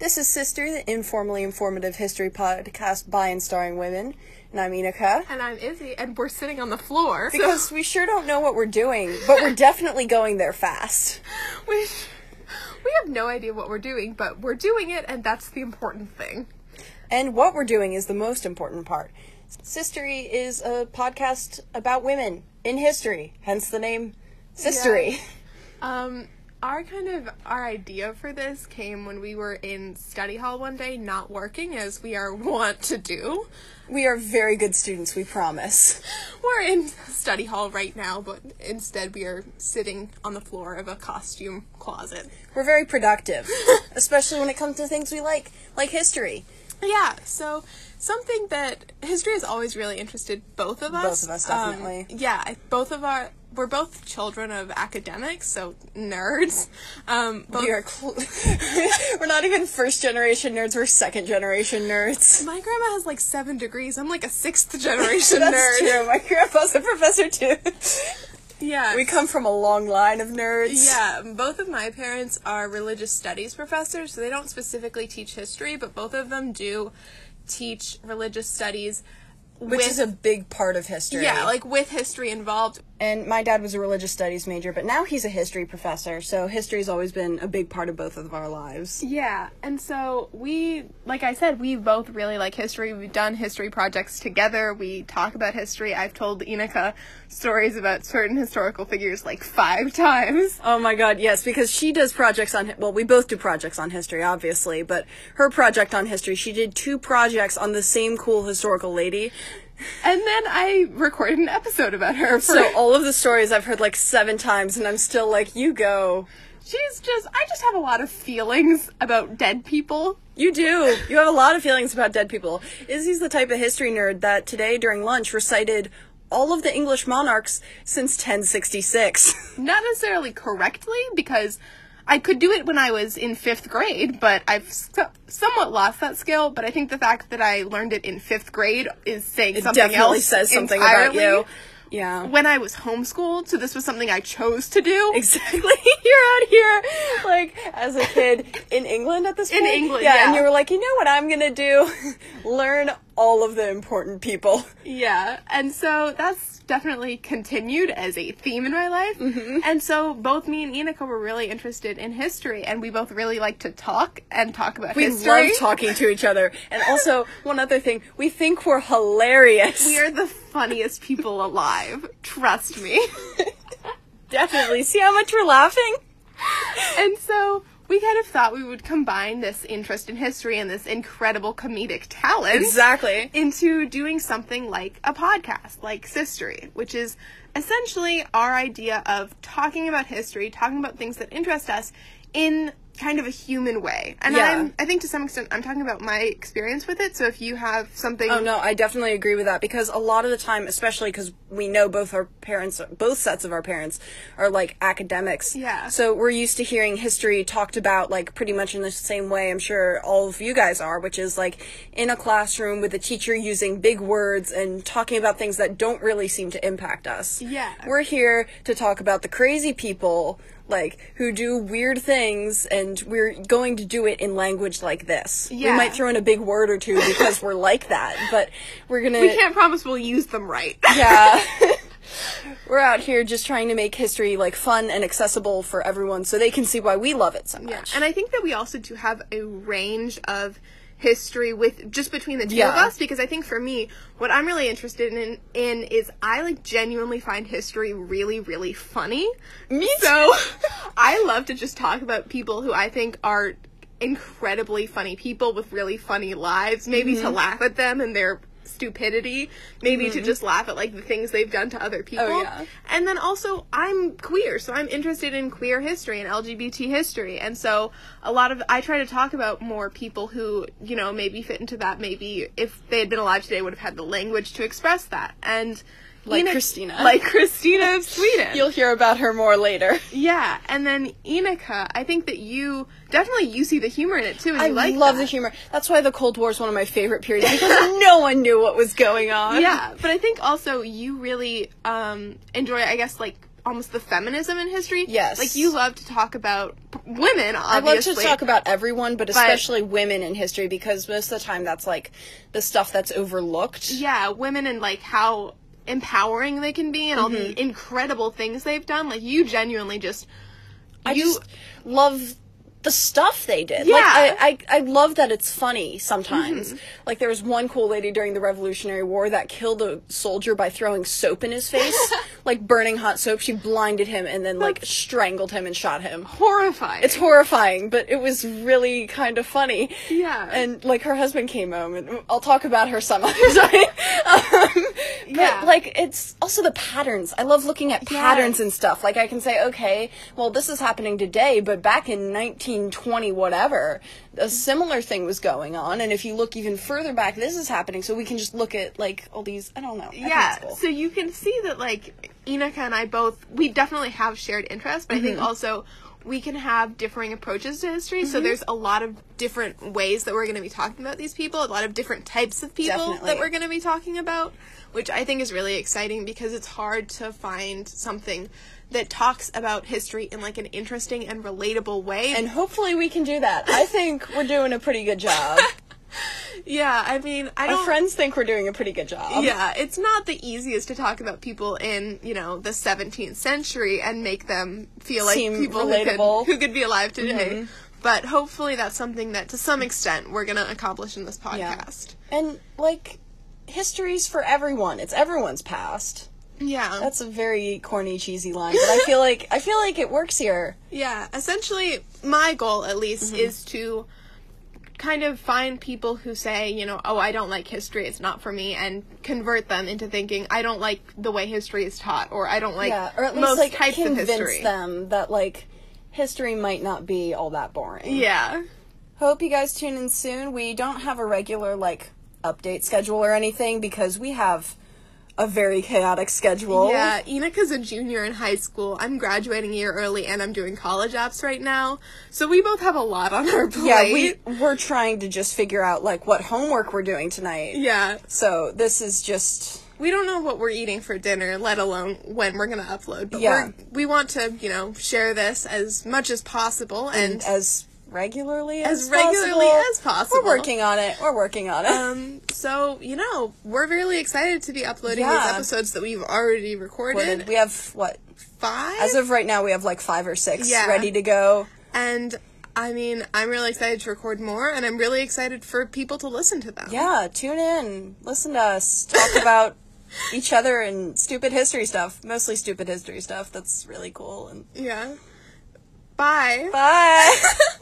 This is Sister, the informally informative history podcast by and starring women, and I'm Enika. And I'm Izzy, and we're sitting on the floor. so Because we sure don't know what we're doing, but we're definitely going there fast. we, we have no idea what we're doing, but we're doing it, and that's the important thing. And what we're doing is the most important part. Sistery is a podcast about women in history, hence the name Sistery. Um, our kind of our idea for this came when we were in study hall one day, not working as we are wont to do. We are very good students, we promise. We're in study hall right now, but instead we are sitting on the floor of a costume closet. We're very productive, especially when it comes to things we like, like history. Yeah, so something that history has always really interested both of us. of us, Um, definitely. yeah, I- both of our we're both children of academics, so nerds. Um, both, We are cl- we're not even first generation nerds, we're second generation nerds. My grandma has like seven degrees. I'm like a sixth generation That's nerd. true. My grandpa's a professor too. Yeah. We come from a long line of nerds. yeah, both of my parents are religious studies professors, so they don't specifically teach history, but both of them do teach religious studies Which with is a big part of history. yeah, like with history involved. and my dad was a religious studies major, but now he's a history professor, so history's always been a big part of both of our lives. Yeah, and so we, like I said, we both really like history. We've done history projects together. We talk about history. I've told Enika stories about certain historical figures like five times. Oh my god, yes, because she does projects on hi- well, we both do projects on history, obviously, but her project on history, she did two projects on the same cool historical lady. And then I recorded an episode about her. For, So all of the stories I've heard like 7 times and I'm still like, "You go. she's just, I just have a lot of feelings about dead people. You do. You have a lot of feelings about dead people." Izzy's the type of history nerd that today during lunch recited all of the English monarchs since 1066. Not necessarily correctly, because I could do it when I was in fifth grade, but I've so- somewhat lost that skill. But I think the fact that I learned it in fifth grade is saying something definitely else says something about entirely. you. Yeah. When I was homeschooled, so this was something I chose to do. Exactly. You're out here, like, as a kid in England at this point. England, And yeah. you were like, you know what I'm gonna do? Learn all of the important people. Yeah, and so that's definitely continued as a theme in my life. Mm-hmm. And so both me and Enika were really interested in history, and we both really like to talk and talk about We history. love talking to each other. And also, one other thing, we think we're hilarious. We are the funniest people alive. Trust me. Definitely. See how much we're laughing? and so we kind of thought we would combine this interest in history and this incredible comedic talent Exactly. into doing something like a podcast, like Sistery, which is essentially our idea of talking about history, talking about things that interest us in kind of a human way. And Yeah. I'm, I think to some extent, I'm talking about my experience with it. So if you have something, Oh no, I definitely agree with that because a lot of the time, especially because we know both our parents, both sets of our parents, are like academics. Yeah. So we're used to hearing history talked about like pretty much in the same way. I'm sure all of you guys are, which is like in a classroom with a teacher using big words and talking about things that don't really seem to impact us. Yeah. We're here to talk about the crazy people. Like, who do weird things, and we're going to do it in language like this. We Yeah. might throw in a big word or two because we're like that, but we're gonna. we can't promise we'll use them right. Yeah. we're out here just trying to make history like fun and accessible for everyone, so they can see why we love it so much. Yeah, and I think that we also do have a range of history with just between the two of Yeah. us because I think for me, what I'm really interested in in is I like genuinely find history really really funny. Me So I love to just talk about people who I think are incredibly funny people with really funny lives, maybe to Mm-hmm. laugh at them and their stupidity, maybe to just laugh at like the things they've done to other people. Oh, yeah. And then also, I'm queer, so I'm interested in queer history and LGBT history. And so, a lot of I try to talk about more people who, you know, maybe fit into that. Maybe if they had been alive today, would have had the language to express that. And Like Christina. like Christina of Sweden. You'll hear about her more later. yeah. And then Enika, I think that you definitely you see the humor in it too, and I you like love the that. humor. That's why the Cold War is one of my favorite periods because no one knew what was going on. yeah but i think also you really um enjoy i guess like almost the feminism in history. Yes. Like you love to talk about p- women, I love to obviously. talk about everyone, but especially women in history because most of the time that's like the stuff that's overlooked. yeah, women and like how empowering they can be and all Mm-hmm. the incredible things they've done. Like you genuinely just I you just love the stuff they did. Yeah. Like I, I, I love that it's funny sometimes. Like there was one cool lady during the Revolutionary War that killed a soldier by throwing soap in his face, like burning hot soap. She blinded him and then like strangled him and shot him. horrified. It's horrifying, but it was really kind of funny. Yeah. And like her husband came home, and I'll talk about her some other time. um, but Yeah. like it's also the patterns. I love looking at patterns and stuff. Like I can say, okay, well this is happening today, but back in 1920 whatever, a similar thing was going on. And if you look even further back, this is happening. So we can just look at like all these. I don't know. I think yeah, it's cool. so you can see that like Inaka and I both we definitely have shared interests, but I Mm-hmm. think also we can have differing approaches to history. So there's a lot of different ways that we're going to be talking about these people, a lot of different types of people that Definitely. we're going to be talking about, which I think is really exciting because it's hard to find something that talks about history in like an interesting and relatable way. and hopefully we can do that. I think we're doing a pretty good job. yeah, I mean, I Our don't friends think we're doing a pretty good job. Yeah, it's not the easiest to talk about people in, you know, the 17th century and make them feel like Seem people relatable. Who, could, who could be alive today. But hopefully that's something that to some extent we're going to accomplish in this Yeah. podcast. And like history's for everyone. It's everyone's past. Yeah. That's a very corny cheesy line, but I feel like I feel like it works here. yeah, essentially my goal at least Mm-hmm. is to kind of find people who say, you know, oh, I don't like history, it's not for me and convert them into thinking I don't like the way history is taught or I don't like yeah, or at least most like types of history. convince them that like history might not be all that boring. Yeah. Hope you guys tune in soon. We don't have a regular like update schedule or anything because we have a very chaotic schedule. Yeah, Inika's a junior in high school. I'm graduating a year early and I'm doing college apps right now. So we both have a lot on our plate. Yeah, we we're trying to just figure out like what homework we're doing tonight. Yeah. So this is just We don't know what we're eating for dinner, let alone when we're going to upload. But Yeah. we're, we want to, you know, share this as much as possible and, as regularly as, As regularly possible. as possible. We're working on it. We're working on it. um so, you know, we're really excited to be uploading Yeah. these episodes that we've already recorded. we have what? Five. As of right now, we have like five or six Yeah. ready to go. and I mean, I'm really excited to record more and I'm really excited for people to listen to them. Yeah, tune in, listen to us talk about each other and stupid history stuff. Mostly stupid history stuff. That's really cool. And Yeah. Bye. bye.